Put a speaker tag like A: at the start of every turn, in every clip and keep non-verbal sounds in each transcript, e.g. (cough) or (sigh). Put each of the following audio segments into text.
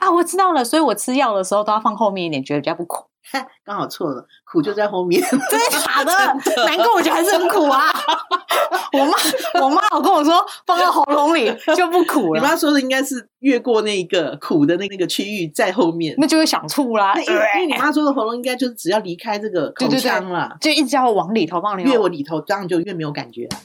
A: 啊，我知道了，所以我吃药的时候都要放后面一点，觉得比较不苦。
B: (laughs) 刚好错了，苦就在后面。
A: 真的假的？难怪我觉得还是很苦啊！我妈，我妈老跟我说，放到喉咙里就不苦
B: (laughs) 你
A: 了，
B: 妈说的应该是越过那个苦的那个那个区域在后面。
A: 那就会想吐啦
B: 那。因为因为你妈说的喉咙应该就是只要离开这个口
A: 对对对
B: 腔啦，
A: 就一直要往里头放，
B: 越
A: 里头
B: 我里头这样就越没有感觉了。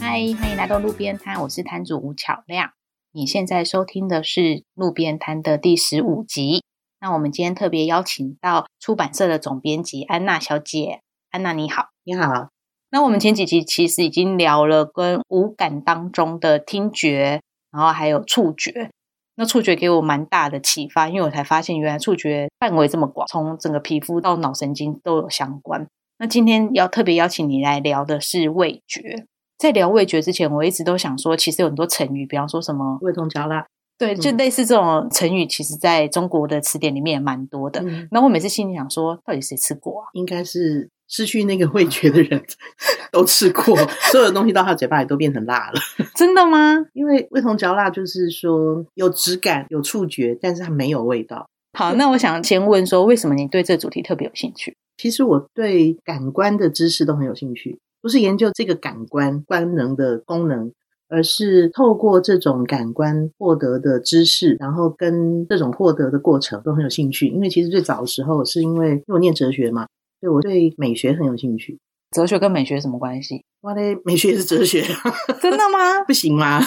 A: 嗨，欢迎来到路边摊，我是摊主吴巧亮。你现在收听的是《路边摊》的第十五集。那我们今天特别邀请到出版社的总编辑安娜小姐，安娜你好。
B: 你好，
A: 那我们前几集其实已经聊了跟五感当中的听觉，然后还有触觉。那触觉给我蛮大的启发，因为我才发现原来触觉范围这么广，从整个皮肤到脑神经都有相关。那今天要特别邀请你来聊的是味觉。在聊味觉之前，我一直都想说，其实有很多成语，比方说什么，
B: 味同嚼蜡。
A: 对，就
B: 嗯
A: 类似这种成语，其实在中国的词典里面也蛮多的。
B: 嗯，
A: 然后我每次心里想说，到底谁吃过啊？ (laughs)
B: 应该是失去那个味觉的人 (laughs) 都吃过，所有的东西到他嘴巴里都变成辣了。
A: 真的吗？
B: 因为味同嚼蜡就是说有质感、有触觉，但是它没有味道。
A: 好，那我想先问说，为什么你对这主题特别有兴趣？
B: 其实我对感官的知识都很有兴趣，不是研究这个感官官能的功能，而是透过这种感官获得的知识，然后跟这种获得的过程都很有兴趣。因为其实最早的时候是因为因为我念哲学嘛，所以我对美学很有兴趣。
A: 哲学跟美学什么关系？
B: 哇嘞，美学也是哲学， (laughs)
A: 真的吗？ (laughs)
B: 不行吗？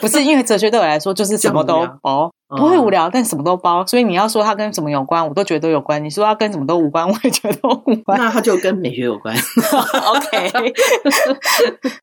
A: 不是，因为哲学对我来说就是什么都包，
B: 嗯
A: 不会无聊，但什么都包。所以你要说它跟什么有关，我都觉得有关；你说它跟什么都无关，我也觉得无
B: (laughs)
A: 关。
B: 那它就跟美学有关。
A: OK，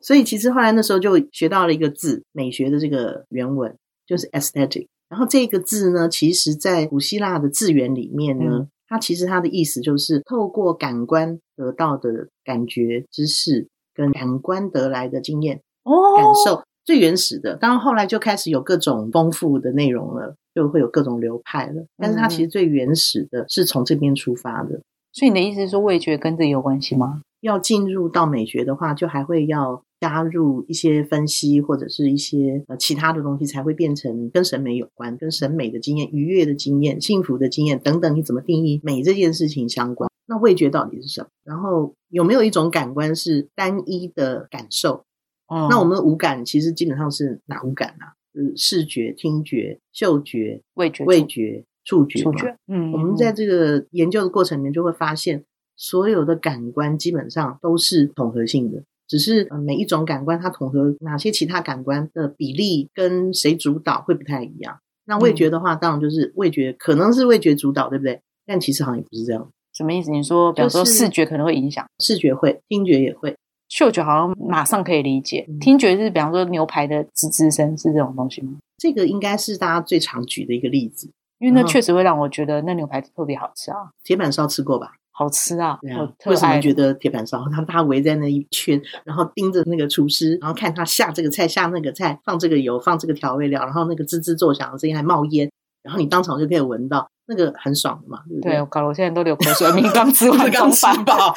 B: 所以其实后来那时候就学到了一个字，美学的这个原文就是 aesthetic。然后这个字呢，其实在古希腊的字源里面呢，
A: 嗯
B: 它其实它的意思就是透过感官得到的感觉、知识跟感官得来的经验、
A: (laughs) 哦，
B: 感受，最原始的。当然后来就开始有各种丰富的内容了。就会有各种流派了，但是它
A: 嗯
B: 其实最原始的是从这边出发的。
A: 所以你的意思是说，味觉跟这个有关系吗？
B: 要进入到美学的话，就还会要加入一些分析或者是一些呃其他的东西，才会变成跟审美有关、跟审美的经验、愉悦的经验、幸福的经验等等。你怎么定义美这件事情相关？那味觉到底是什么？然后有没有一种感官是单一的感受？
A: 哦
B: 那我们的五感其实基本上是哪五感啊？就是视觉、听觉、嗅觉、
A: 味觉、
B: 味觉、触觉嘛、
A: 触觉，嗯
B: 我们在这个研究的过程里面就会发现，所有的感官基本上都是统合性的，只是、呃每一种感官它统合哪些其他感官的比例跟谁主导会不太一样。那味觉的话，当然就是味觉可能是味觉主导，对不对？但其实好像也不是这样，
A: 什么意思？你说，比方说
B: 就是
A: 视觉可能会影响，
B: 视觉会，听觉也会。
A: 嗅觉好像马上可以理解，
B: 嗯
A: 听觉是比方说牛排的吱吱声是这种东西吗？
B: 这个应该是大家最常举的一个例子。
A: 因为那
B: 嗯
A: 确实会让我觉得那牛排特别好吃啊。
B: 铁板烧吃过吧？
A: 好吃啊！
B: 对啊
A: 我，特
B: 为什
A: 爱
B: 么觉得铁板烧？ (laughs) 他大家围在那一圈，然后盯着那个厨师，然后看他下这个菜、下那个菜，放这个油、放这个调味料，然后那个吱吱作响的声音还冒烟，然后你当场就可以闻到，那个很爽的嘛，对不 (laughs)
A: 对我搞得我现在都流口水，明明刚吃
B: 不是
A: 完
B: (laughs) 刚
A: 中
B: 吃
A: 饭， (laughs)
B: 饱。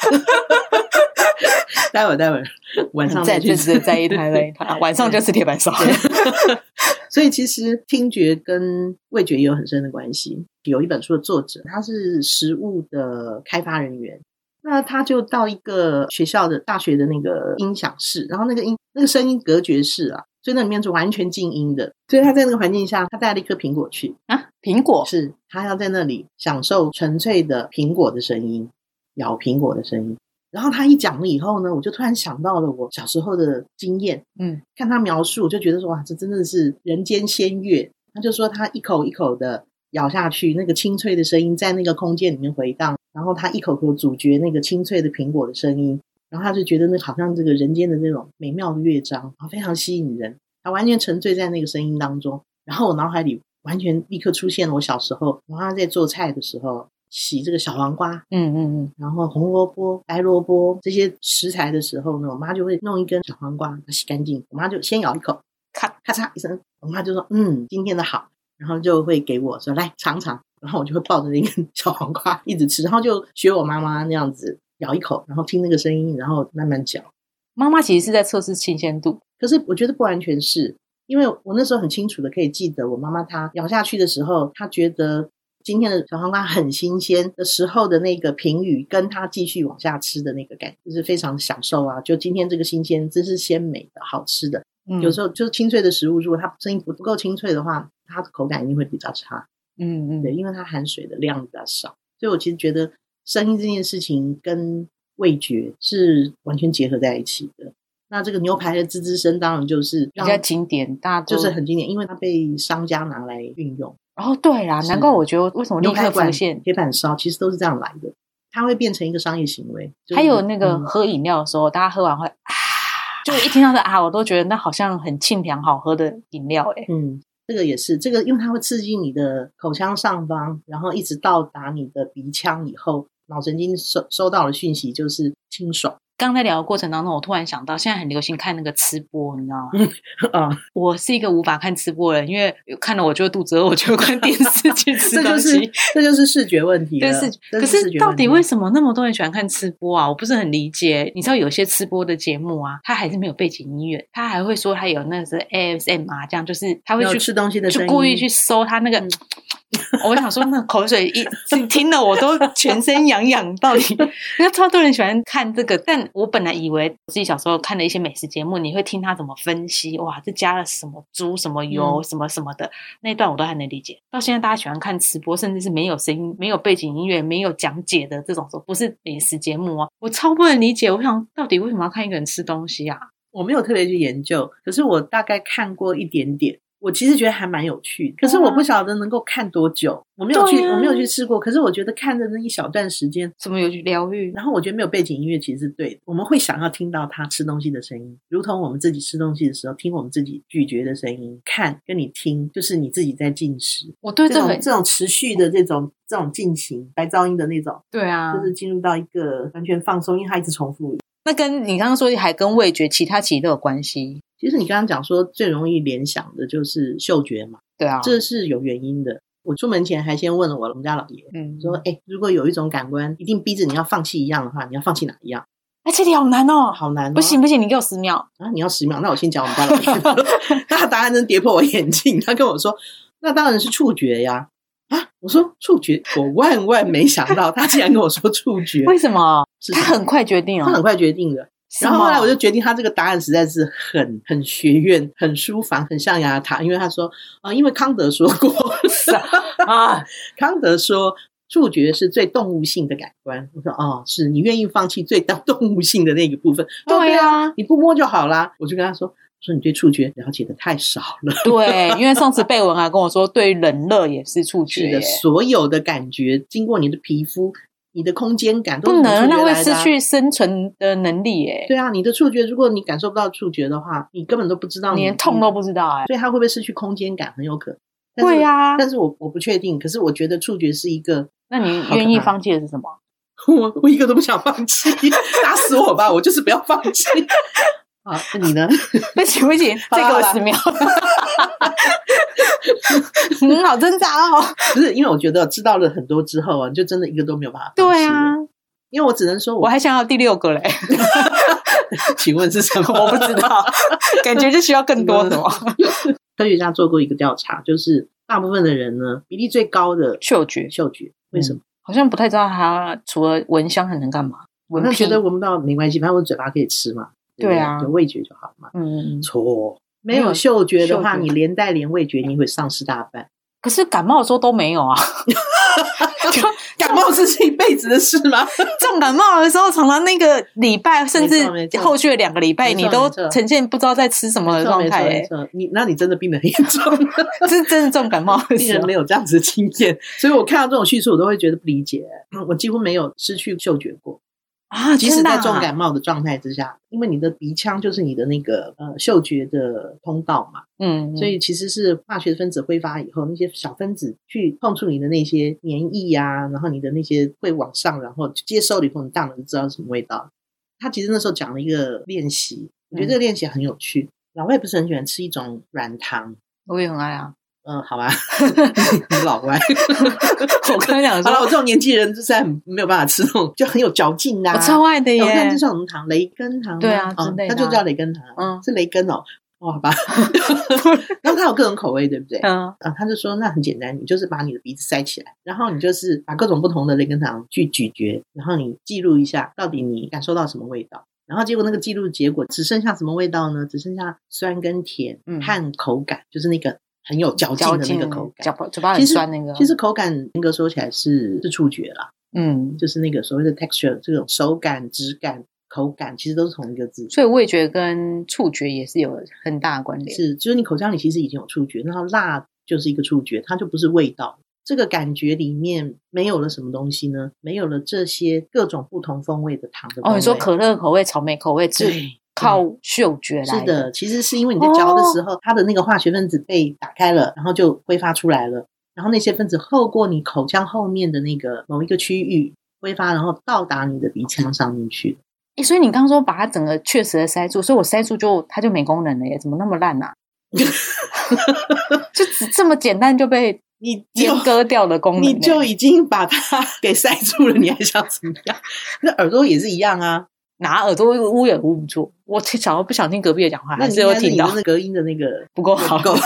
B: 待会儿，待会儿，晚上
A: 再
B: 再去
A: 就只在一摊那一
B: (laughs)
A: 摊，晚上就吃铁板烧。
B: 所以其实听觉跟味觉也有很深的关系。有一本书的作者，他是食物的开发人员，那他就到一个学校的大学的那个音响室，然后那个音那个声音隔绝室啊，所以那里面是完全静音的。所以他在那个环境下，他带了一颗苹果去，
A: (laughs) 啊，苹果
B: 是他要在那里享受纯粹的苹果的声音，咬苹果的声音。然后他一讲了以后呢，我就突然想到了我小时候的经验，
A: 嗯，
B: 看他描述，我就觉得说哇，这真的是人间仙乐。他就说他一口一口的咬下去，那个清脆的声音在那个空间里面回荡，然后他一口口咀嚼那个清脆的苹果的声音，然后他就觉得那好像这个人间的那种美妙的乐章，然后非常吸引人。他完全沉醉在那个声音当中，然后我脑海里完全立刻出现了我小时候，我妈在做菜的时候洗这个小黄瓜，
A: 嗯嗯嗯，
B: 然后红萝卜、白萝卜这些食材的时候呢，我妈就会弄一根小黄瓜，把它洗干净。我妈就先咬一口，
A: 咔
B: 咔嚓一声，我妈就说：“嗯，今天的好。”然后就会给 (laughs) 我说：“来尝尝。”然后我就会抱着那根小黄瓜一直吃，然后就学我妈妈那样子咬一口，然后听那个声音，然后慢慢嚼。
A: 妈妈其实是在测试新鲜度，
B: 可是我觉得不完全是，因为我那时候很清楚的可以记得，我妈妈她咬下去的时候，她觉得今天的小黄瓜很新鲜的时候的那个评语，跟她继续往下吃的那个感觉，就是非常享受啊！就今天这个新鲜，真是鲜美的好吃的。
A: 嗯
B: 有时候就是清脆的食物，如果它声音不不够清脆的话，它的口感一定会比较差。
A: 嗯
B: 对，
A: 嗯，
B: 因为它含水的量比较少，所以我其实觉得声音这件事情跟味觉是完全结合在一起的。那这个牛排的滋滋声，当然就是
A: 比
B: 让
A: 较经典，大家都
B: 就是很经典，因为它被商家拿来运用。
A: 哦，对啦，
B: 是
A: 难怪我觉得为什么立
B: 牛排
A: 刻
B: 馆
A: 浮现、，
B: 铁板烧其实都是这样来的，它会变成一个商业行为。就是
A: 还有那个
B: 嗯
A: 喝饮料的时候，大家喝完会啊，就一听到这啊，我都觉得那好像很清凉好喝的饮料哎、
B: 嗯，这个也是，这个因为它会刺激你的口腔上方，然后一直到达你的鼻腔以后，脑神经收收到的讯息就是清爽 (laughs)
A: 刚在聊的过程当中，我突然想到，现在很流行看那个吃播，你知道吗？
B: 啊，
A: 我是一个无法看吃播的人，因为看了我就会肚子饿，我就会关电
B: (laughs)
A: 视去吃
B: 这
A: 东
B: 就
A: 西。
B: 是这就是视觉问题了。
A: 对视觉，
B: 这
A: 可
B: 是视
A: 是
B: 觉
A: 到
B: 问题
A: 底为什么那么多人喜欢看吃播啊？我不是很理解。你知道有些吃播的节目啊，它还是没有背景音乐，它还会说它有那个是 ASM 啊，这样就是他会
B: 没有
A: 去
B: 吃东西的声
A: 就
B: 音
A: 故意去搜他那个。
B: 嗯
A: (laughs) 我想说，那口水
B: (laughs)
A: 一听听了，我都全身痒痒。到底，因为超多人喜欢看这个，但我本来以为自己小时候看的一些美食节目，你会听他怎么分析，哇，这加了什么猪、什么油、
B: 嗯
A: 什么什么的，那一段我都还能理解。到现在大家喜欢看吃播，甚至是没有声音、没有背景音乐、没有讲解的这种，不是美食节目哦，我超不能理解。我想到底为什么要看一个人吃东西啊？
B: 我没有特别去研究，可是我大概看过一点点。我其实觉得还蛮有趣，可是我不晓得能够看多久。我没有去，
A: 啊对啊
B: 我没有去试过。可是我觉得看的那一小段时间，
A: 什么有疗愈？
B: 然后我觉得没有背景音乐其实是对的。我们会想要听到他吃东西的声音，如同我们自己吃东西的时候听我们自己咀嚼的声音。看跟你听，就是你自己在进食。
A: 我对
B: 这
A: 这
B: 种
A: 个
B: 这种持续的这种这种进行白噪音的那种，
A: 对啊，
B: 就是进入到一个完全放松，因为它一直重复。
A: 那跟你刚刚说的还跟味觉，其他其实都有关系。
B: 其实你刚刚讲说最容易联想的就是嗅觉嘛，
A: 对啊，
B: 这是有原因的。我出门前还先问了我我们家老爷，
A: 嗯，
B: 说：“哎、如果有一种感官一定逼着你要放弃一样的话，你要放弃哪一样？
A: 哎，这题好难哦，
B: 好难、哦，
A: 不行不行，你给我十秒。
B: 啊，你要十秒，那我先讲我们家老爷。那 (laughs) 他答案真跌破我眼镜，他跟我说，那当然是触觉呀。啊，我说触觉，我万万没想到，他竟然跟我说触觉
A: 为什么？
B: 是什
A: 他
B: 么
A: 很快决定
B: 他很
A: 哦。
B: 快决定的。
A: 是
B: 然后后来我
A: 吗
B: 就决定，他这个答案实在是很很学院、很书房、很象牙塔，因为他说啊、因为康德说过， (laughs)
A: 啊，
B: 康德说触觉是最动物性的感官。我说哦，是你愿意放弃最动动物性的那个部分。哦
A: 对
B: 啊，
A: 呀，
B: 你不摸就好啦。我就跟他说，说你对触觉了解的太少了。
A: 对，因为上次贝文还跟我说，对冷热也是触觉
B: 是
A: 耶
B: 的，，所有的感觉经过你的皮肤、你的空间感都是
A: 不能
B: 从触
A: 让
B: 觉
A: 会
B: 来的
A: 失
B: 啊。
A: 去生存的能力耶，
B: 对啊，你的触觉，如果你感受不到触觉的话，你根本都不知道
A: 你
B: 你
A: 连痛都不知道哎。
B: 所以它会不会失去空间感，很有可能。嗯但是
A: 对呀，
B: 但是我我不确定。可是我觉得触觉是一个， (laughs)
A: 那你
B: 好可
A: 愿意
B: 怕
A: 放弃的是什么？
B: 我我一个都不想放弃， (laughs) 打死我吧，我就是不要放弃。 (laughs) 好，那你呢？ (laughs)
A: 不行不行，再给
B: 好
A: 我
B: 啦
A: 十
B: (laughs)
A: 秒。嗯，好挣扎哦。
B: 不是因为我觉得知道了很多之后啊，你就真的一个都没有办法。
A: 对啊，，
B: 因为我只能说我，
A: 我还想要第六个嘞。
B: 请问是什么？
A: (laughs) 我不知道，感觉就需要更多什么
B: 科学家做过一个调查，就是大部分的人呢，比例最高的
A: 嗅觉，
B: 嗅觉，为什么？
A: 好像不太知道它除了闻香还能干嘛？
B: 我
A: 闻
B: 那
A: 屁
B: 觉得闻不到没关系，反正我嘴巴可以吃嘛。不
A: 对啊
B: 有味觉就好嘛。
A: 嗯，
B: 错，没
A: 没有
B: 有嗅觉的话，
A: 哦嗅觉
B: 你连带连味觉，你会丧失大半。
A: 可是感冒的时候都没有啊。就
B: 感冒是一辈子的事 (laughs) 吗？
A: (laughs) 重感冒的时候，常常那个礼拜，甚至
B: 没错
A: 后续的两个礼拜，
B: 没错
A: 你都
B: 没错
A: 呈现不知道在吃什么的状态、
B: 没
A: 欸，
B: 错，没错你那你真的病得很严
A: (laughs)
B: 重，
A: 这是真的重感冒的
B: 病
A: 时
B: 人
A: 候
B: 没。有这样子的经验，所以我看到这种叙述，我都会觉得不理解。嗯我几乎没有失去嗅觉过，
A: 啊，
B: 即使
A: 真的啊
B: 在重感，冒的状态之下，因为你的鼻腔就是你的那个呃嗅觉的通道嘛，
A: 嗯，
B: 所以其实是化学分子挥发以后，那些小分子去碰触你的那些黏液啊，然后你的那些会往上，然后接收了以后，你大脑就知道是什么味道。他其实那时候讲了一个练
A: 嗯
B: 习，我觉得这个练习很有趣。老外不是很喜欢吃一种软糖， (laughs)
A: 我也很爱啊。
B: 嗯，
A: (laughs)
B: 好吧，你老外。
A: 我刚讲
B: 好了，我
A: 说，
B: 这种年纪人就是很没有办法吃那种，就很有嚼劲啊。
A: 我哦超爱的
B: 哎我看
A: 耶
B: 这。算什么糖？雷根糖吗？
A: 对啊
B: 哦
A: 之类的
B: 它
A: 啊
B: 就叫雷根糖啊，
A: 嗯
B: 是雷根哦。哦，
A: (laughs)
B: 好吧。然后它有各种口味，对不对？
A: 嗯，
B: 啊，他就说那很简单，你就是把你的鼻子塞起来，然后你就是把各种不同的雷根糖去咀嚼，然后你记录一下到底你感受到什么味道。然后结果那个记录结果只剩下什么味道呢？只剩下酸跟甜
A: 嗯
B: 和口感，就是那个很有嚼劲
A: 嚼
B: 的那
A: 劲
B: 个口
A: 嚼
B: 感。
A: 嘴巴
B: 其
A: 很
B: 实
A: 酸那个。
B: 其实口感严格说起来是是触觉啦，
A: 嗯，
B: 就是那个所谓的 texture 这种手感、质感、口感，其实都是同一个字。
A: 所以味觉跟触觉也是有很大的关联。
B: 是，就是你口腔里其实已经有触觉，那辣就是一个触觉，它就不是味道。这个感觉里面没有了什么东西呢？没有了这些各种不同风味的糖的
A: 哦，
B: 风味
A: 你说可乐口味、草莓口味是
B: 对，嗯
A: 靠嗅觉来哦
B: 是的，其实是因为你在嚼的时候，它的那个化学分子被打开了，然后就挥发出来了，然后那些分子透过你口腔后面的那个某一个区域挥发，然后到达你的鼻腔上面去。
A: 诶所以你刚刚说把它整个确实的塞住，所以我塞住就它就没功能了耶，怎么那么烂啊？ (laughs) 就只这么简单就被
B: 你
A: 阉割掉的功能耶，
B: 你就已经把它 (laughs) 给塞住了，你还想怎么样？那耳朵也是一样啊，
A: 拿耳朵捂也捂不住。我其想要不想听隔壁的讲话，
B: 那
A: 还
B: 你
A: 是
B: 应
A: 有
B: 该是
A: 听
B: 你
A: 到
B: 的那隔音的那个
A: 不够
B: 不
A: (laughs) 好。
B: 够 (laughs)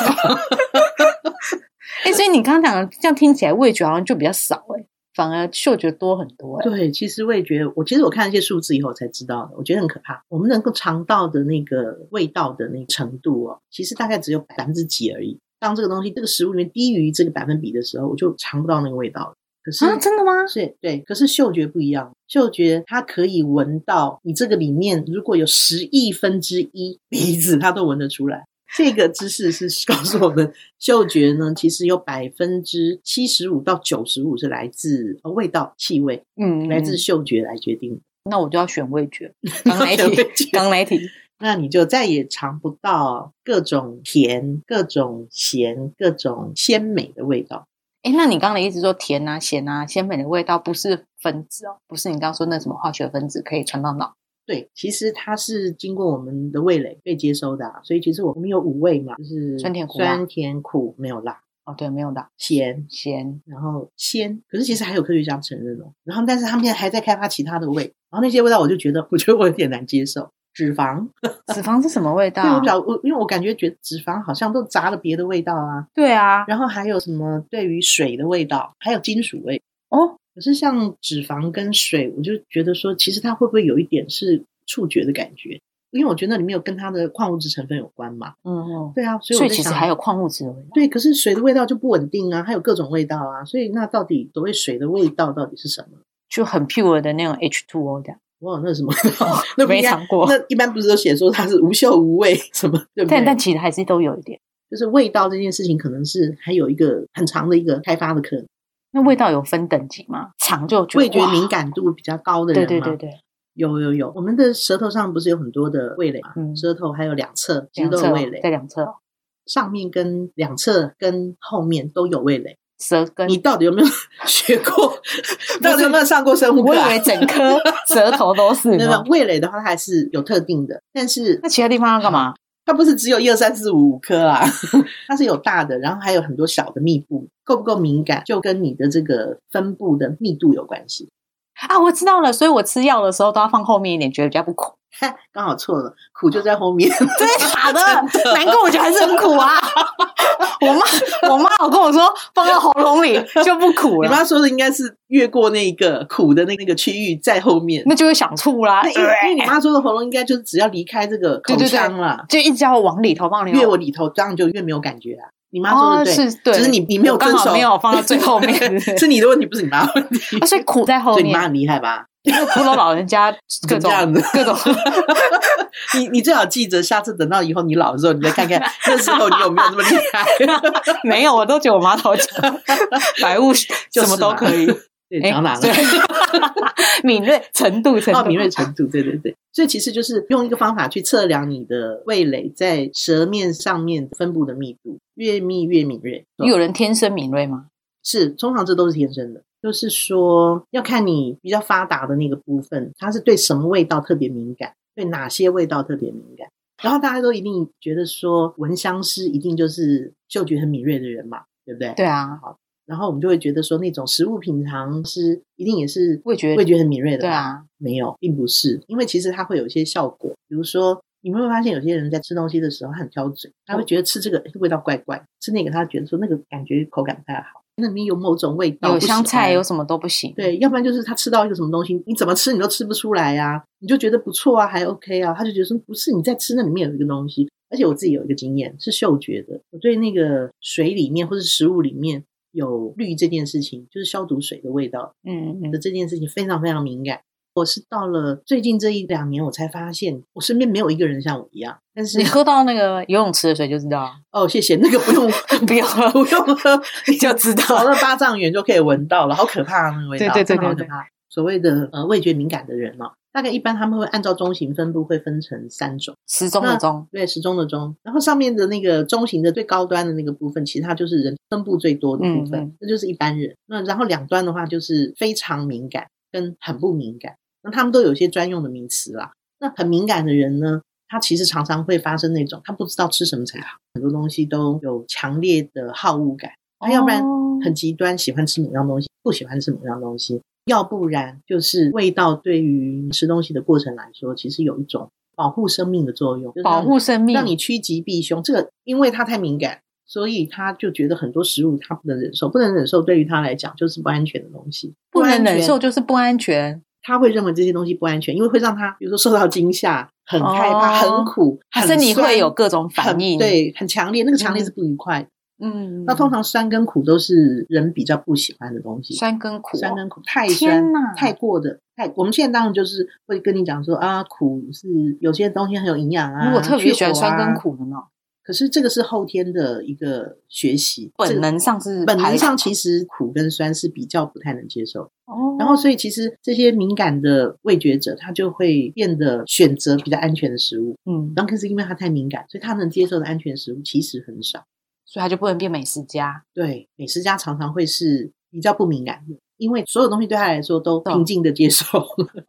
A: 哎、所以你刚刚讲的这样听起来味觉好像就比较少哎，反而嗅觉多很多哎。
B: 对，其实味觉，我其实我看一些数字以后才知道的，我觉得很可怕。我们能够尝到的那个味道的那个程度哦，其实大概只有百分之几而已。当这个东西这个食物里面低于这个百分比的时候，我就尝不到那个味道了。可是、
A: 啊，真的吗？
B: 是对，可是嗅觉不一样，嗅觉它可以闻到你这个里面如果有十亿分之一鼻子，它都闻得出来。这个知识是告诉我们，嗅觉呢其实有百分之七十五到九十五是来自呃味道、气味，
A: 嗯，
B: 来自嗅觉来决定的。
A: 那我就要选味
B: (laughs)
A: 觉。刚哪一
B: 味
A: 题？
B: 觉
A: 刚哪一题？
B: 那你就再也尝不到各种甜、各种咸、各种鲜美的味道。
A: 哎，那你刚才一直说甜啊、咸啊、鲜美的味道，不是分子哦，不是你刚刚说那什么化学分子可以传到脑。
B: 对，其实它是经过我们的味蕾被接收的、啊，所以其实我们有五味嘛，就是
A: 酸甜苦辣
B: 酸甜苦没有辣，
A: 哦，对，没有的，
B: 咸，
A: 咸
B: 然后鲜。可是其实还有科学家承认哦，然后但是他们现在还在开发其他的味，然后那些味道我就觉得，我觉得我有点难接受。脂肪，
A: 脂肪是什么味道
B: 对我
A: 啊
B: 比？较我，因为我感觉觉得脂肪好像都杂了别的味道啊，
A: 对啊，
B: 然后还有什么对于水的味道，还有金属味。
A: 哦，
B: 可是像脂肪跟水，我就觉得说，其实它会不会有一点是触觉的感觉？因为我觉得那里面有跟它的矿物质成分有关嘛。
A: 嗯嗯，
B: 对啊，所以
A: 所
B: 我
A: 以
B: 在
A: 其实
B: 想
A: 还有矿物质的味道。
B: 对，可是水的味道就不稳定啊，还有各种味道啊。所以那到底所谓水的味道到底是什么？
A: 就很 pure 的那种 H2O 这样，
B: 我有那是什么？ (laughs) 那不应
A: 哦没
B: 该
A: 尝过
B: 那一般不是都写说它是无嗅无味什么？对不对？
A: 但但其实还是都有一点。
B: 就是味道这件事情，可能是还有一个很长的一个开发的可能。
A: 那味道有分等级吗？尝就觉得
B: 味觉
A: 哇
B: 敏感度比较高的人
A: 对
B: 嘛，
A: 对对对，
B: 有有有，我们的舌头上不是有很多的味蕾嘛？
A: 嗯
B: 舌头还有两侧其实
A: 两
B: 都
A: 侧
B: 有
A: 哦
B: 味蕾
A: 在，两侧哦，
B: 上面跟两侧跟后面都有味蕾。
A: 舌根。
B: 你到底有没有 (laughs) 学过？到底有没有上过生物
A: 我
B: 课、
A: 以
B: 啊？
A: 为
B: (laughs)
A: 整颗舌头都是
B: 没有没有
A: 呢。
B: 味蕾的话，它还是有特定的，但是
A: 那其他地方要干嘛？
B: 它不是只有一二三四五五颗
A: (laughs)
B: 啊，它是有大的，然后还有很多小的密布，够不够敏感，就跟你的这个分布的密度有关系。
A: 啊，我知道了，所以我吃药的时候都要放后面一点，觉得比较不苦。
B: 刚好错了，苦就在后面。
A: 真的
B: (laughs)
A: 假的？难怪我觉得还是很苦啊！ (laughs) 我妈，我妈有跟我说，放到喉咙
B: (laughs)
A: 里就不苦
B: 你
A: 了，
B: 妈说的应该是越过那个苦的那那个区域在后面。
A: 那就会想吐啦
B: 那。因为因为你妈说的喉咙应该就是只要离开这个口
A: 啊对对对
B: 腔啦，
A: 就一直叫我往里头，往里头。
B: 越我里头当然就越没有感觉啊。你妈说
A: 哦，
B: 的对，
A: 是对，
B: 只是你你没有
A: 我刚
B: 遵守
A: 好没有放到最后
B: (laughs)
A: 面，
B: 是你的问题，不是你妈的问题。
A: 啊所以苦在后
B: 所以你妈
A: 面。
B: 很厉害吧？
A: 骷髅老人家各
B: 这
A: 种
B: 样子 (laughs)
A: 各种，
B: 你你最好记着，下次等到以后你老的时候，你再看看那时候你有没有那么厉
A: (laughs)
B: 害。
A: 没有，我都觉得我妈头讲白雾
B: (laughs) 就
A: 什
B: 是
A: 么都
B: 嘛
A: 可以。
B: (laughs) 对，
A: 哎
B: 讲哪了？
A: 对敏锐程度，程
B: 哦，
A: 度
B: 敏锐程度，对对对。所以其实就是用一个方法去测量你的味蕾在舌面上面分布的密度，越密越敏锐。
A: 有人天生敏锐吗？
B: 是，通常这都是天生的。就是说，要看你比较发达的那个部分，它是对什么味道特别敏感，对哪些味道特别敏感。然后大家都一定觉得说，闻香师一定就是嗅觉很敏锐的人嘛，对不对？
A: 对啊，
B: 然后我们就会觉得说，那种食物品尝师一定也是
A: 味觉
B: 味觉很敏锐的。
A: 对，啊，
B: 没有，并不是，因为其实它会有一些效果，比如说。你会发现有些人在吃东西的时候，他很挑嘴，他会觉得吃这个哎味道怪怪，吃那个他觉得说那个感觉口感不太好，那里面有某种味道，
A: 有
B: 不喜
A: 香菜
B: 欢
A: 有什么都不行。
B: 对，要不然就是他吃到一个什么东西，你怎么吃你都吃不出来呀、你就觉得不错啊，还 OK 啊，他就觉得说不是你在吃那里面有一个东西，而且我自己有一个经验是嗅觉的，我对那个水里面或是食物里面有氯这件事情，就是消毒水的味道
A: 嗯嗯
B: 的
A: 嗯，
B: 这件事情非常非常敏感。我是到了最近这一两年，我才发现我身边没有一个人像我一样，但
A: (laughs)
B: 是
A: 你喝到那个游泳池的水就知道了，
B: 哦，谢谢，那个 (laughs) 不用 (laughs)
A: 不用喝
B: 不用喝，
A: 就知
B: 跑
A: 道了。
B: 到八丈远就可以闻到了，好可怕啊！那个味道，
A: 对对对
B: 真的好
A: 对
B: 可
A: 对
B: 怕。所谓的呃味觉敏感的人哦，大概一般他们会按照中型分布会分成三种，
A: 时钟的钟，
B: 对，时钟的钟，然后上面的那个中型的最高端的那个部分，其他就是人分布最多的部分，
A: 嗯嗯
B: 那就是一般人。那然后两端的话就是非常敏感跟很不敏感，那他们都有一些专用的名词啦。那很敏感的人呢，他其实常常会发生那种他不知道吃什么才好，很多东西都有强烈的好恶感，那要不然
A: 哦
B: 很极端，喜欢吃某样东西，不喜欢吃某样东西，要不然就是味道对于吃东西的过程来说，其实有一种保护生命的作用，就是
A: 保
B: 让你
A: 护生命，
B: 让你趋吉避凶。这个因为它太敏感，所以他就觉得很多食物他不能忍受，不能忍受对于他来讲就是不安全的东西，
A: 不能
B: 安全
A: 忍受。就是不安全，
B: 他会认为这些东西不安全，因为会让他比如说受到惊吓，很害怕，
A: 哦
B: 很苦，
A: 他
B: 很
A: 身体
B: 酸
A: 会有各种反
B: 很
A: 应。，
B: 对，很强烈，那个强烈是不愉快的
A: 嗯，
B: 那通常酸跟苦都是人比较不喜欢的东西，
A: 酸跟苦哦，
B: 酸跟苦太
A: 天
B: 酸
A: 哪
B: 太过的太。我们现在当然就是会跟你讲说啊，苦是有些东西很有营养啊，
A: 如果特别喜欢
B: 去火啊
A: 酸跟，苦的呢，
B: 可是这个是后天的一个学习，这
A: 本
B: 个
A: 能上是
B: 本能
A: 排
B: 上
A: 斥
B: 其实苦跟酸是比较不太能接受，
A: 哦，
B: 然后所以其实这些敏感的味觉者，他就会变得选择比较安全的食物，
A: 嗯，
B: 然后可是因为他太敏感，所以他能接受的安全食物其实很少。
A: 所以他就不能变美食家，
B: 对，美食家常常会是比较不敏感的，因为所有东西对他来说都
A: 懂
B: 平静的接受。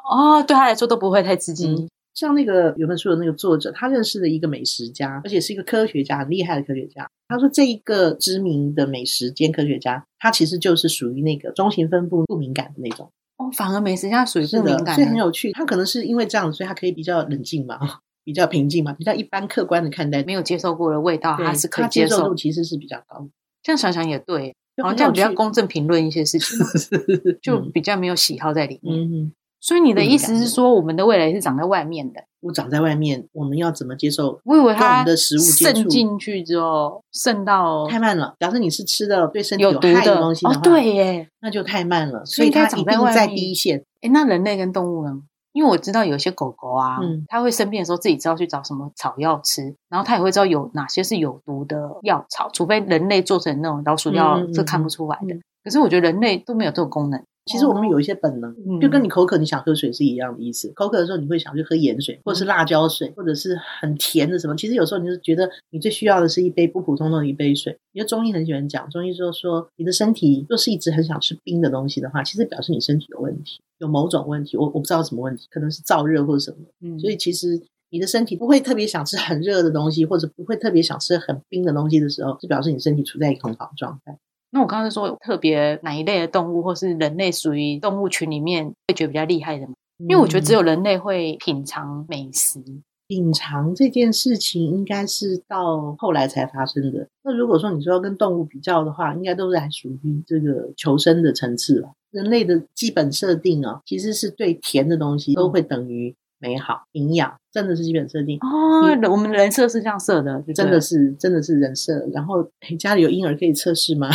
A: 哦，对他来说都不会太刺激。
B: 嗯像那个有本书的那个作者，他认识了一个美食家，而且是一个科学家，很厉害的科学家。他说，这一个知名的美食兼科学家，他其实就是属于那个中型分布不敏感的那种，
A: 哦，反而美食家属于
B: 是
A: 不
B: 的
A: 敏感啊
B: 所以很
A: 的，
B: 有趣。他可能是因为这样，所以他可以比较冷静嘛，比较平静嘛，比较一般客观的看待。
A: 没有接受过的味道，
B: 对
A: 他是可以
B: 他接
A: 接
B: 受
A: 受
B: 度。其实是比较高的，
A: 这样想想也对，
B: 就
A: 好
B: 很
A: 像这样比较
B: 有趣
A: 公正评论一些事
B: (laughs)
A: 情， (laughs) 就
B: 嗯
A: 比较没有喜好在里面。
B: 嗯哼。
A: 所以你的
B: 不
A: 意
B: 敏
A: 思
B: 感
A: 是
B: 的
A: 说，我们的未来是长在外面的？
B: 我长在外面，我们要怎么接受
A: 我以为
B: 跟我
A: 它
B: 们的食物接
A: 渗
B: 触
A: 进去之后，渗到
B: 太慢了。假设你是吃的对身体
A: 有
B: 有
A: 毒
B: 害
A: 的
B: 东西
A: 哦
B: 话，，
A: 对耶。
B: 那就太慢了。
A: 所
B: 所
A: 以
B: 以
A: 它
B: 它
A: 长
B: 一
A: 在
B: 定
A: 外
B: 在
A: 面
B: 第一线。
A: 哎，那人类跟动物呢？因为我知道有些狗狗啊，
B: 嗯
A: 它会生病的时候自己知道去找什么草药吃，然后它也会知道有哪些是有毒的药草，除非人类做成那种老鼠药，
B: 嗯嗯嗯
A: 这看不出来的。
B: 嗯
A: 可是我觉得人类都没有这种功能，
B: 其实我们有一些本能，
A: 哦嗯
B: 就跟你口渴你想喝水是一样的意思。口渴的时候你会想去喝盐水，或
A: 嗯
B: 是辣椒水，或者是很甜的什么。其实有时候你就觉得你最需要的是一杯普普通通的一杯水。因为中医很喜欢讲，中医就说你的身体若是一直很想吃冰的东西的话，其实表示你身体有问题，有某种问题。我我不知道什么问题，可能是燥热或者什么。
A: 嗯，
B: 所以其实你的身体不会特别想吃很热的东西，或者不会特别想吃很冰的东西的时候，就表示你身体处在一个很好的状态。
A: 那我刚刚是说特别哪一类的动物，或是人类属于动物群里面会觉得比较厉害的吗？
B: 因
A: 因为我觉得只有人类会品尝美食，
B: 隐藏这件事情，应该是到后来才发生的。那如果说你说要跟动物比较的话，应该都是还属于这个求生的层次了。人类的基本设定啊，其实是对甜的东西都会等于美好、营养，真的是基本设定。
A: 哦，人我们人设是这样设的，就对
B: 真
A: 了
B: 的是，真的是人设。然后，诶家里有婴儿可以测试吗？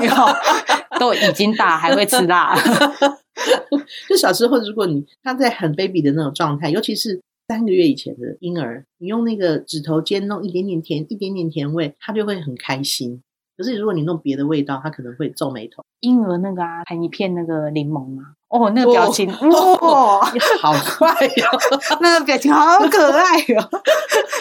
A: 没有， (laughs) 都已经大还会吃辣， (laughs)
B: 就小时候，如果你他在很 baby 的那种状态，尤其是三个月以前的婴儿，你用那个指头尖弄一点点甜，一点点甜味，他就会很开心。可是如果你弄别的味道，他可能会皱眉头。
A: 婴儿那个啊，含一片那个柠檬啊，哦，那个表情， (laughs) 哇、
B: 哦，好坏呀、
A: 那个表情好可爱哦。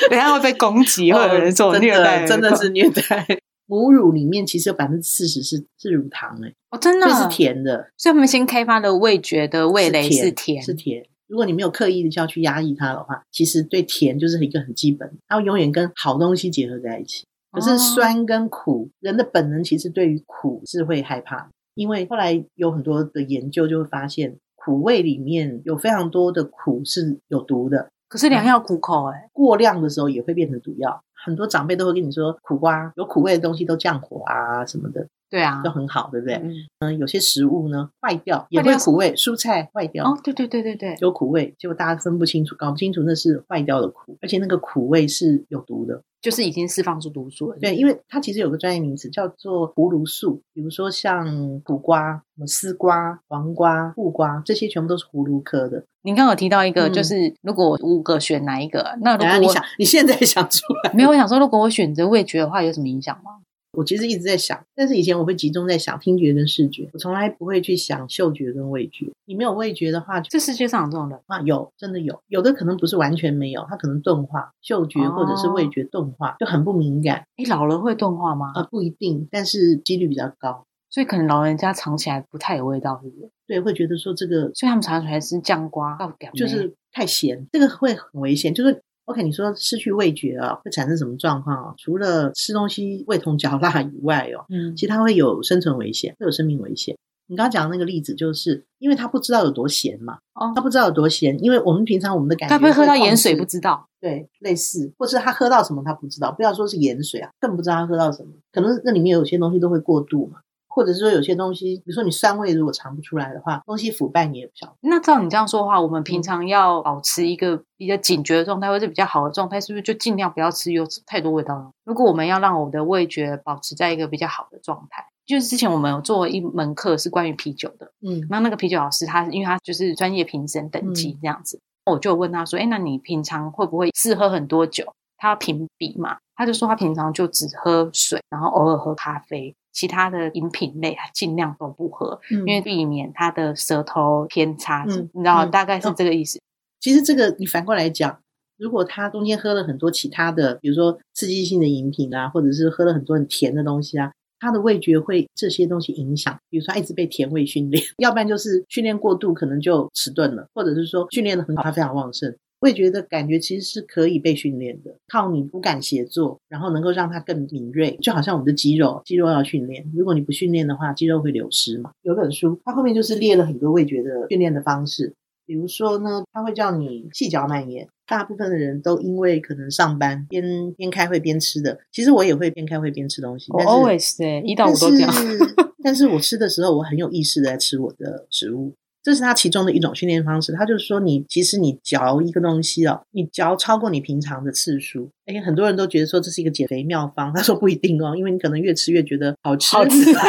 A: 等一下会被攻击，会有人说我虐待儿童，
B: 真的，真的是虐待。母乳里面其实有百分之四十是是乳糖、欸，
A: 哦，真的
B: 哎，所以是，甜的，
A: 所以他们先开发的味觉的味蕾
B: 是
A: 是
B: 甜，是甜。如果你没有刻意的要去压抑它的话，其实对甜就是一个很基本，它会永远跟好东西结合在一起。可
A: 哦
B: 是酸跟苦，人的本能其实对于苦是会害怕的，因为后来有很多的研究就会发现，苦味里面有非常多的苦是有毒的，
A: 可是良药苦口哎、
B: 过量的时候也会变成毒药。很多长辈都会跟你说，苦瓜有苦味的东西都降火啊什么的，
A: 对啊
B: 都，很好，对不对？
A: 嗯
B: 嗯，有些食物呢坏掉也
A: 坏掉
B: 会苦味，蔬菜坏掉
A: 哦，对对对对对，
B: 有苦味，结果大家分不清楚，搞不清楚那是坏掉的苦，而且那个苦味是有毒的。
A: 就是已经释放出毒素了。
B: 对，因为它其实有个专业名词叫做葫芦素，比如说像苦瓜、什么丝瓜、黄瓜、木瓜，这些全部都是葫芦科的。
A: 您刚刚有提到一个，
B: 嗯
A: 就是如果我五个选哪一个？那如
B: 然
A: 果
B: 后你
A: 我
B: 想，你现在想出来，
A: 没有，我想说，如果我选择味觉的话，有什么影响吗？
B: 我其实一直在想，但是以前我会集中在想听觉跟视觉，我从来不会去想嗅觉跟味觉。你没有味觉的话，就
A: 这世界上有这种人，
B: 啊，有真的有，有的可能不是完全没有，它可能钝化，嗅觉或者是味觉
A: 哦
B: 钝化，就很不敏感
A: 哎，老了会钝化吗？
B: 啊，不一定，但是几率比较高。
A: 所以可能老人家尝起来不太有味道，是不是？
B: 对，会觉得说这个
A: 所以他们尝起来是酱瓜到点，
B: 就是太咸，这个会很危险。就是 OK，你说失去味觉啊，会产生什么状况啊？除了吃东西味同嚼蜡以外哦，
A: 嗯
B: 其，实它会有生存危险，会有生命危险。你刚刚讲的那个例子，就是因为他不知道有多咸嘛，
A: 哦
B: 他，不知道有多咸，因为我们平常我们的感觉
A: 该不会喝到
B: 控
A: 盐水
B: 制
A: 不知道？
B: 对，类似，或是他喝到什么他不知道，不要说是盐水啊，更不知道他喝到什么，可能那里面有些东西都会过度嘛，或者是说有些东西，比如说你酸味如果尝不出来的话，东西腐败你也不晓得。
A: 那照你这样说的话，我们平常要保持一个比较警觉的状态，或者比较好的状态，是不是就尽量不要吃有太多味道呢？如果我们要让我的味觉保持在一个比较好的状态，就是之前我们有做一门课是关于啤酒的，
B: 嗯
A: 那那个啤酒老师他因为他就是专业评审等级这样子，我就有问他说：“哎，那你平常会不会试喝很多酒？”他要评比嘛，他就说他平常就只喝水，然后偶尔喝咖啡，其他的饮品类他尽量都不喝，
B: 嗯，因
A: 因为避免他的舌头偏差，
B: 嗯
A: 你知道、
B: 嗯
A: 大概是这个意思。
B: 其实这个你反过来讲，如果他中间喝了很多其他的，比如说刺激性的饮品啊，或者是喝了很多很甜的东西啊，他的味觉会这些东西影响。比如说他一直被甜味训练， (laughs) 要不然就是训练过度，可能就迟钝了，或者是说训练的很好，他非常旺盛。味觉的感觉其实是可以被训练的，靠你五感协作，然后能够让它更敏锐。就好像我们的肌肉，肌肉要训练，如果你不训练的话，肌肉会流失嘛。有本书，它后面就是列了很多味觉的训练的方式，比如说呢，他会叫你细嚼慢咽。大部分的人都因为可能上班边边开会边吃的，其实我也会边开会边吃东西，
A: 我
B: 但是
A: always 哎、一到五都这样
B: 但。是但是我吃的时候，我很有意识的在吃我的食物，这是它其中的一种训练方式。它就是说你，其实你嚼一个东西哦，你嚼超过你平常的次数。哎，很多人都觉得说这是一个减肥妙方，他说不一定哦，因为你可能越吃越觉得好吃。
A: 好吃
B: (laughs)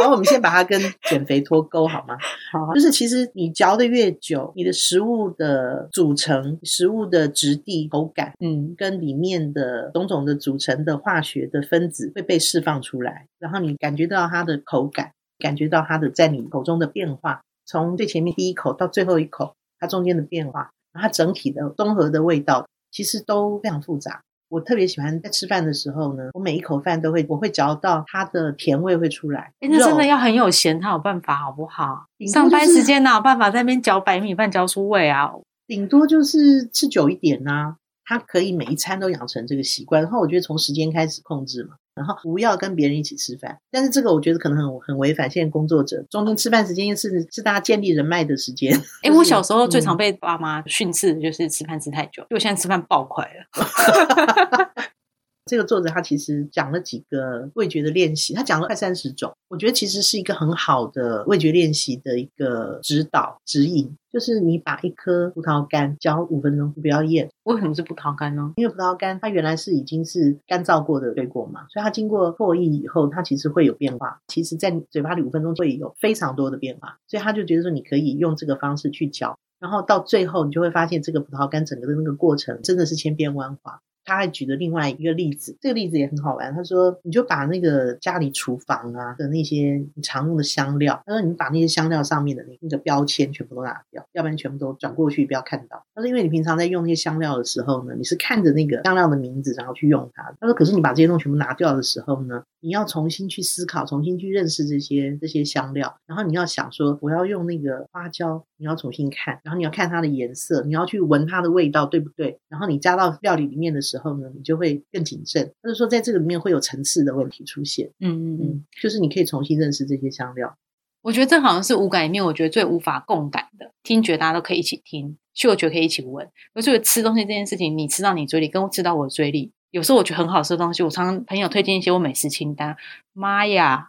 B: 好，我们先把它跟减肥脱钩好吗？
A: 好啊
B: 就是其实你嚼的越久，你的食物的组成、食物的质地、口感。
A: 嗯，
B: 跟里面的种种的组成的化学的分子会被释放出来，然后你感觉到它的口感，感觉到它的在你口中的变化，从最前面第一口到最后一口，它中间的变化，然后它整体的综合的味道，其实都非常复杂。我特别喜欢在吃饭的时候呢，我每一口饭都会，我会嚼到它的甜味会出来。
A: 哎、那真的
B: 肉
A: 要很有闲才有办法，好不好？
B: 顶多
A: 上班
B: 就是
A: 时间哪有办法在那边嚼白米饭嚼出味啊？
B: 顶多就是吃久一点呐、他可以每一餐都养成这个习惯，然后我觉得从时间开始控制嘛，然后不要跟别人一起吃饭。但是这个我觉得可能很很违反现在工作者中间吃饭时间是是大家建立人脉的时间。 (laughs)
A: 哎、我小时候最常
B: 嗯
A: 被爸妈训斥的就是吃饭吃太久，因为我现在吃饭爆快了。
B: 这个作者他其实讲了几个味觉的练习，他讲了快三十种，我觉得其实是一个很好的味觉练习的一个指导指引，就是你把一颗葡萄干嚼五分钟，不要咽。
A: 为什么是葡萄干呢？
B: 因为葡萄干它原来是已经是干燥过的水果嘛，所以它经过唾液以后，它其实会有变化。其实，在你嘴巴里五分钟会有非常多的变化，所以他就觉得说你可以用这个方式去嚼，然后到最后你就会发现这个葡萄干整个的那个过程真的是千变万化。他还举了另外一个例子，这个例子也很好玩。他说，你就把那个家里厨房啊的那些你常用的香料，他说你把那些香料上面的那那个标签全部都拿掉，要不然全部都转过去不要看到。他说，因为你平常在用那些香料的时候呢，你是看着那个香料的名字然后去用它。他说，可是你把这些东西全部拿掉的时候呢，你要重新去思考，重新去认识这些这些香料，然后你要想说，我要用那个花椒，你要重新看，然后你要看它的颜色，你要去闻它的味道，对不对？然后你加到料理里面的时候呢，你就会更谨慎。他就说，在这个里面会有层次的问题出现，
A: 嗯嗯嗯，
B: 嗯，就是你可以重新认识这些香料，
A: 我觉得这好像是五感里面我觉得最无法共感的，听觉大家都可以一起听，嗅觉可以一起闻，可是我觉得吃东西这件事情，你吃到你嘴里，跟我吃到我嘴里。有时候我觉得很好吃的东西，我常常朋友推荐一些我美食清单，妈呀，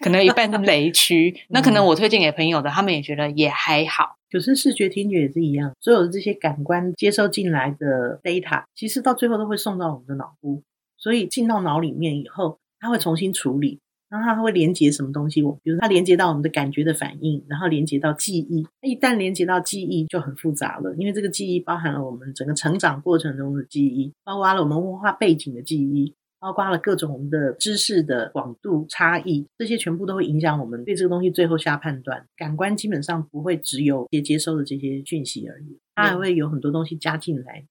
A: 可能一半是雷区。那可能我推荐给朋友的，他们也觉得也还好。
B: 有时视觉、听觉也是一样，所有的这些感官接收进来的 data，其实到最后都会送到我们的脑部，所以进到脑里面以后，它会重新处理，然后它会连接什么东西？我比如它连接到我们的感觉的反应，然后连接到记忆。它一旦连接到记忆，就很复杂了，因为这个记忆包含了我们整个成长过程中的记忆，包括了我们文化背景的记忆。包括了各种我们的知识的广度差异，这些全部都会影响我们对这个东西最后下判断。感官基本上不会只有接接收的这些讯息而已，它还会有很多东西加进来。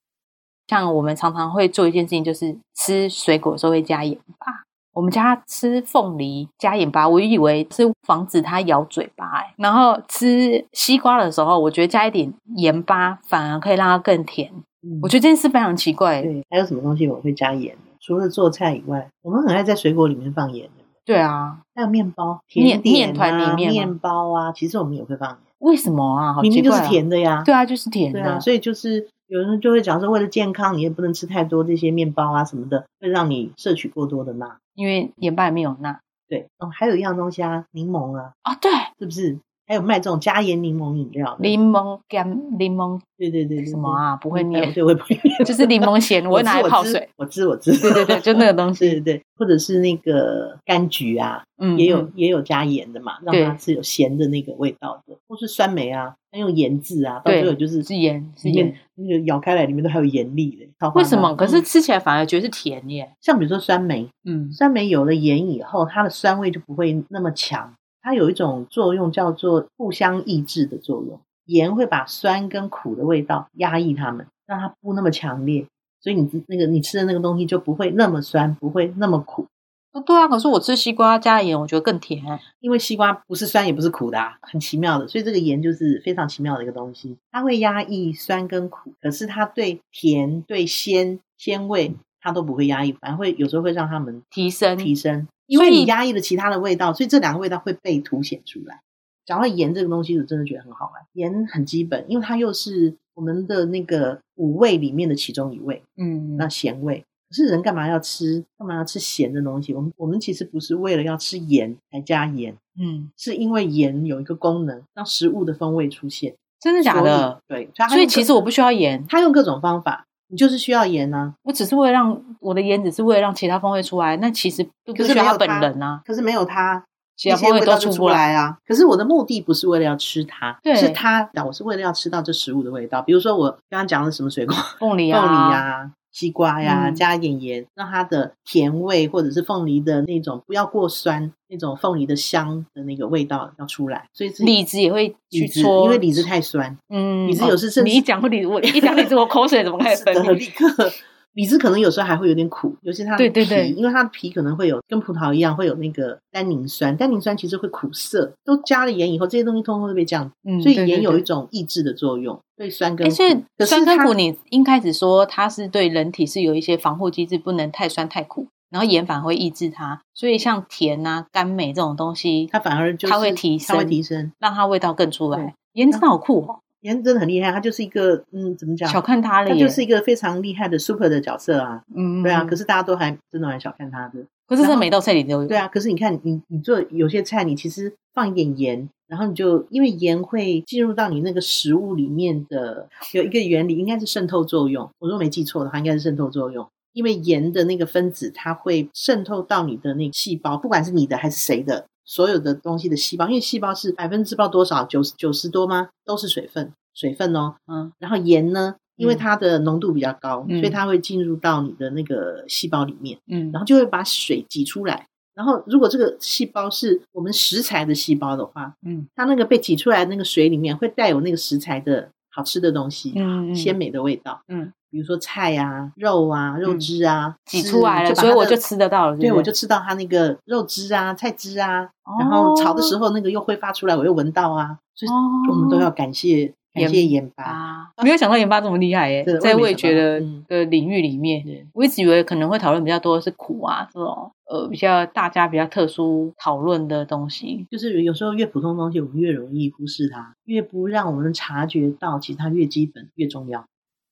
A: 像我们常常会做一件事情，就是吃水果的时候会加盐巴。我们家吃凤梨加盐巴，我以为是防止它咬嘴巴、欸。然后吃西瓜的时候，我觉得加一点盐巴反而可以让它更甜。
B: 嗯
A: 我觉得这件事非常奇怪、
B: 对，还有什么东西我会加盐？除了做菜以外，我们很爱在水果里面放盐的，
A: 对啊，
B: 还有面包、
A: 面
B: 甜点啊、
A: 面团里面吗
B: 面包啊，其实我们也会放盐，
A: 为什么啊？好
B: 明
A: 奇
B: 明就
A: 怪、
B: 是。甜的呀。
A: 对啊，就是甜
B: 对
A: 的。
B: 啊，所以就是有人就会讲说，为了健康，你也不能吃太多这些面包啊什么的，会让你摄取过多的钠。
A: 因为盐巴里面有钠
B: 对，哦，还有一样东西啊，柠檬啊，
A: 啊、对，
B: 是不是？还有卖这种加盐柠檬饮料的，
A: 柠檬干柠檬
B: 对对对对，
A: 什么啊？不
B: 不
A: 会念，
B: 嗯对，我也不会念，
A: (laughs) 就是柠檬咸，我会拿来
B: 知
A: 泡水。，
B: 我知我知，
A: 对对对，就那个东
B: (laughs) 对
A: 西
B: 对，对，或者是那个柑橘啊，
A: 嗯，
B: 也有
A: 嗯
B: 也有加盐的嘛，让
A: 对
B: 它是有咸的那个味道的，或是酸梅啊，它用盐渍啊，到
A: 对
B: 最后就是
A: 是盐是
B: 里
A: 盐
B: 面。那个咬开来里面都还有盐粒的，超夸
A: 为
B: 张
A: 什么？可
B: 嗯
A: 是吃起来反而觉得是甜耶。
B: 像比如说酸梅，
A: 嗯，
B: 酸梅有了盐以后，它的酸味就不会那么强，它有一种作用叫做互相抑制的作用。盐会把酸跟苦的味道压抑它们，让它不那么强烈，所以你吃那个你吃的那个东西就不会那么酸，不会那么苦。
A: 哦对啊。可是我吃西瓜加了盐，我觉得更甜。
B: 因为西瓜不是酸也不是苦的、啊，很奇妙的，所以这个盐就是非常奇妙的一个东西。它会压抑酸跟苦，可是它对甜、对鲜、鲜味它都不会压抑，反而会有时候会让它们
A: 提升
B: 提升，
A: 嗯因
B: 因
A: 为
B: 为你压抑了其他的味道，所以这两个味道会被凸显出来。讲到盐这个东西，我真的觉得很好玩。盐很基本，因为它又是我们的那个五味里面的其中一味，
A: 嗯，
B: 那咸味。可是人干嘛要吃？干嘛要吃咸的东西？我们我们其实不是为了要吃盐才加盐，
A: 嗯，
B: 是因为盐有一个功能，让食物的风味出现。
A: 真的假的？
B: 所以？对，所以它
A: 所以
B: 用各
A: 其实我不需要盐，
B: 它用各种方法，你就是需要盐啊。
A: 我只是为了让我的盐，只是为了让其他风味出来。那其实都不
B: 可是
A: 需要
B: 没
A: 他
B: 有
A: 本
B: 它
A: 人啊，
B: 可是没有它，
A: 其
B: 一
A: 他
B: 些
A: 风
B: 味
A: 味都
B: 道就
A: 出
B: 出
A: 不来。
B: 来啊。可是我的目的不是为了要吃它，
A: 对
B: 是它，啊我是为了要吃到这食物的味道。比如说我刚刚讲的什么水果，
A: 凤梨
B: 凤梨
A: 啊，
B: 呀、西瓜呀、
A: 嗯
B: 加一点盐，让它的甜味或者是凤梨的那种不要过酸，那种凤梨的香的那个味道要出来。所以是
A: 李子也会去
B: 李子，
A: 搓，
B: 因为李子太酸，
A: 嗯，
B: 李子有时
A: 哦
B: 甚至
A: 你一讲李子，我一
B: (laughs)
A: 讲李子，我口水怎么开始
B: 是的
A: 分泌？
B: 立刻。李子可能有时候还会有点苦，尤其它的
A: 对
B: 皮，
A: 对对
B: 因为它的皮可能会有跟葡萄一样会有那个单宁酸，单宁酸其实会苦涩，都加了盐以后，这些东西通通会被降
A: 嗯，
B: 所以
A: 对对
B: 盐有
A: 对
B: 一种抑制的作用，对酸跟
A: 哎，
B: 苦。
A: 所以
B: 可是
A: 酸跟
B: 它
A: 苦，你一开始说它是对人体是有一些防护机制，不能太酸太苦，然后盐反而会抑制它。所以像甜啊、甘美这种东西，
B: 它反而就是
A: 它会提升
B: 它会提升。
A: 让它味道更出来
B: 对。啊
A: 盐真的好酷哦，
B: 盐真的很厉害，它就是一个嗯，怎么讲？
A: 小看它了
B: 它
A: 耶。
B: 就是一个非常厉害的 super 的角色啊。
A: 嗯，
B: 对啊，可
A: 是
B: 是大家都还真的蛮小看它的。
A: 可是
B: 然
A: 这
B: 后
A: 每道菜里都有。
B: 对啊，可是你看，你你做有些菜，你其实放一点盐，然后你就因为盐会进入到你那个食物里面的有一个原理，应该是渗透作用。我如果没记错的话，应该是渗透作用。因为盐的那个分子，它会渗透到你的那个细胞，不管是你的还是谁的，所有的东西的细胞，因为细胞是百分之不知道多少，九十九十多吗？都是水分，水分哦。
A: 嗯，
B: 然后盐呢，因为它的浓度比较高，
A: 嗯
B: 所以它会进入到你的那个细胞里面，
A: 嗯
B: 然后就会把水挤出来。然后，如果这个细胞是我们食材的细胞的话，
A: 嗯
B: 它那个被挤出来的那个水里面会带有那个食材的好吃的东西，
A: 嗯
B: 鲜美的味道，
A: 嗯，
B: 比如说菜啊、肉啊、肉汁啊，
A: 挤
B: 汁
A: 出来了，
B: 就把
A: 所以
B: 它
A: 我
B: 的
A: 就吃得到了。是
B: 对，
A: 不是
B: 我就吃到它那个肉汁啊、菜汁啊，然后炒的时候那个又挥发出来，我又闻到啊，所以
A: 哦，哦
B: 我们都要感谢感谢盐巴。
A: 啊，没有想到研发这么厉害耶
B: 对，
A: 在
B: 我也
A: 味
B: 没
A: 觉的
B: 想到嗯
A: 的领域里面，
B: 对
A: 我一直以为可能会讨论比较多的是苦啊这种呃比较大家比较特殊讨论的东西。
B: 就是有时候越普通的东西，我们越容易忽视它，越不让我们察觉到，其实它越基本越重要。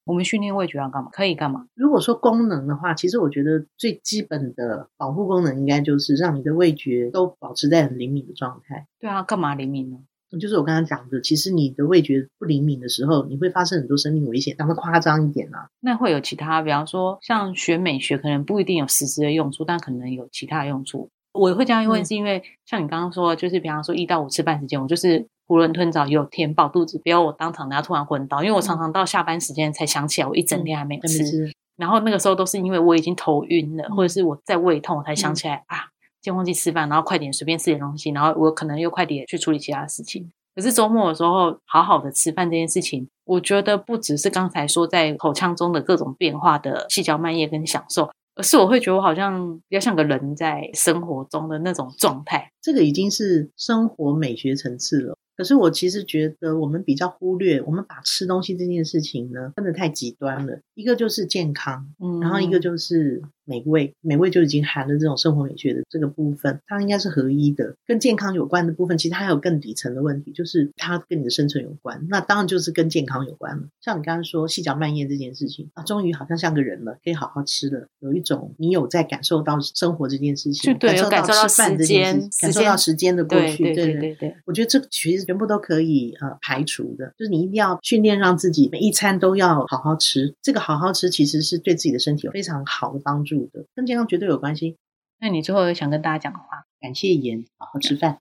A: 我们训练味觉要干嘛？可以干嘛？
B: 如果说功能的话，其实我觉得最基本的保护功能应该就是让你的味觉都保持在很灵敏的状态。
A: 对啊，干嘛灵敏呢？
B: 就是我刚刚讲的，其实你的味觉不灵敏的时候，你会发生很多生命危险。讲的夸张一点啊，
A: 那会有其他，比方说像学美学，可能不一定有实质的用处，但可能有其他的用处。我会这样问，
B: 嗯
A: 是因为像你刚刚说，就是比方说一到五吃饭时间，我就是囫囵吞枣，也有填饱肚子，不要我当场等下突然昏倒，因为我常常到下班时间才想起来，我一整天还没有
B: 但
A: 吃。
B: 是
A: 然后那个时候都是因为我已经头晕了，
B: 嗯
A: 或者是我在胃痛，我才想起来、啊，今天忘记吃饭，然后快点随便吃点东西，然后我可能又快点去处理其他事情。可是周末的时候，好好的吃饭这件事情，我觉得不只是刚才说在口腔中的各种变化的细嚼慢咽跟享受，而是我会觉得我好像比较像个人在生活中的那种状态。
B: 这个已经是生活美学层次了。可是我其实觉得我们比较忽略，我们把吃东西这件事情呢分得太极端了。一个就是健康，
A: 嗯
B: 然后一个就是美味，美味就已经含了这种生活美学的这个部分，它应该是合一的。跟健康有关的部分，其实它还有更底层的问题，就是它跟你的生存有关。那当然就是跟健康有关了。像你刚刚说细嚼慢咽这件事情啊，终于好像像个人了，可以好好吃了，有一种你有在感受到生活这件事情，
A: 就对有感
B: 感
A: 受到
B: 吃饭这
A: 时
B: 件
A: 间
B: 事情，感
A: 时
B: 受到
A: 间
B: 时间的过
A: 对
B: 去，
A: 对
B: 对
A: 对对对，
B: 我觉得这其实全部都可以呃排除的，就是你一定要训练让自己每一餐都要好好吃。这个好好吃其实是对自己的身体有非常好的帮助的，跟健康绝对有关系。
A: 那你最后有想跟大家讲的话吗？
B: 感谢盐，好好吃饭，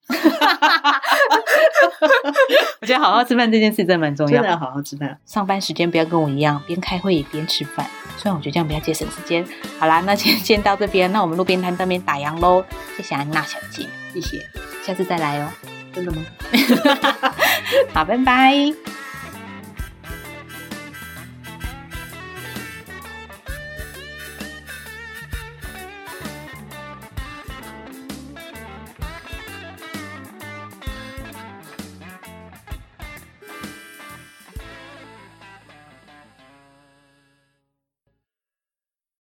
A: 我觉得好好吃饭这件事真的蛮重要
B: 嗯真的。要好好吃饭。
A: 上班时间不要跟我一样边开会也边吃饭，虽然我觉得这样比较节省时间。好啦，那 (laughs) 今天先到这边，那我们路边摊这边打烊喽。谢谢安娜小姐，
B: 谢谢，
A: 下次再来哦。
B: 真的吗？
A: 好，拜拜。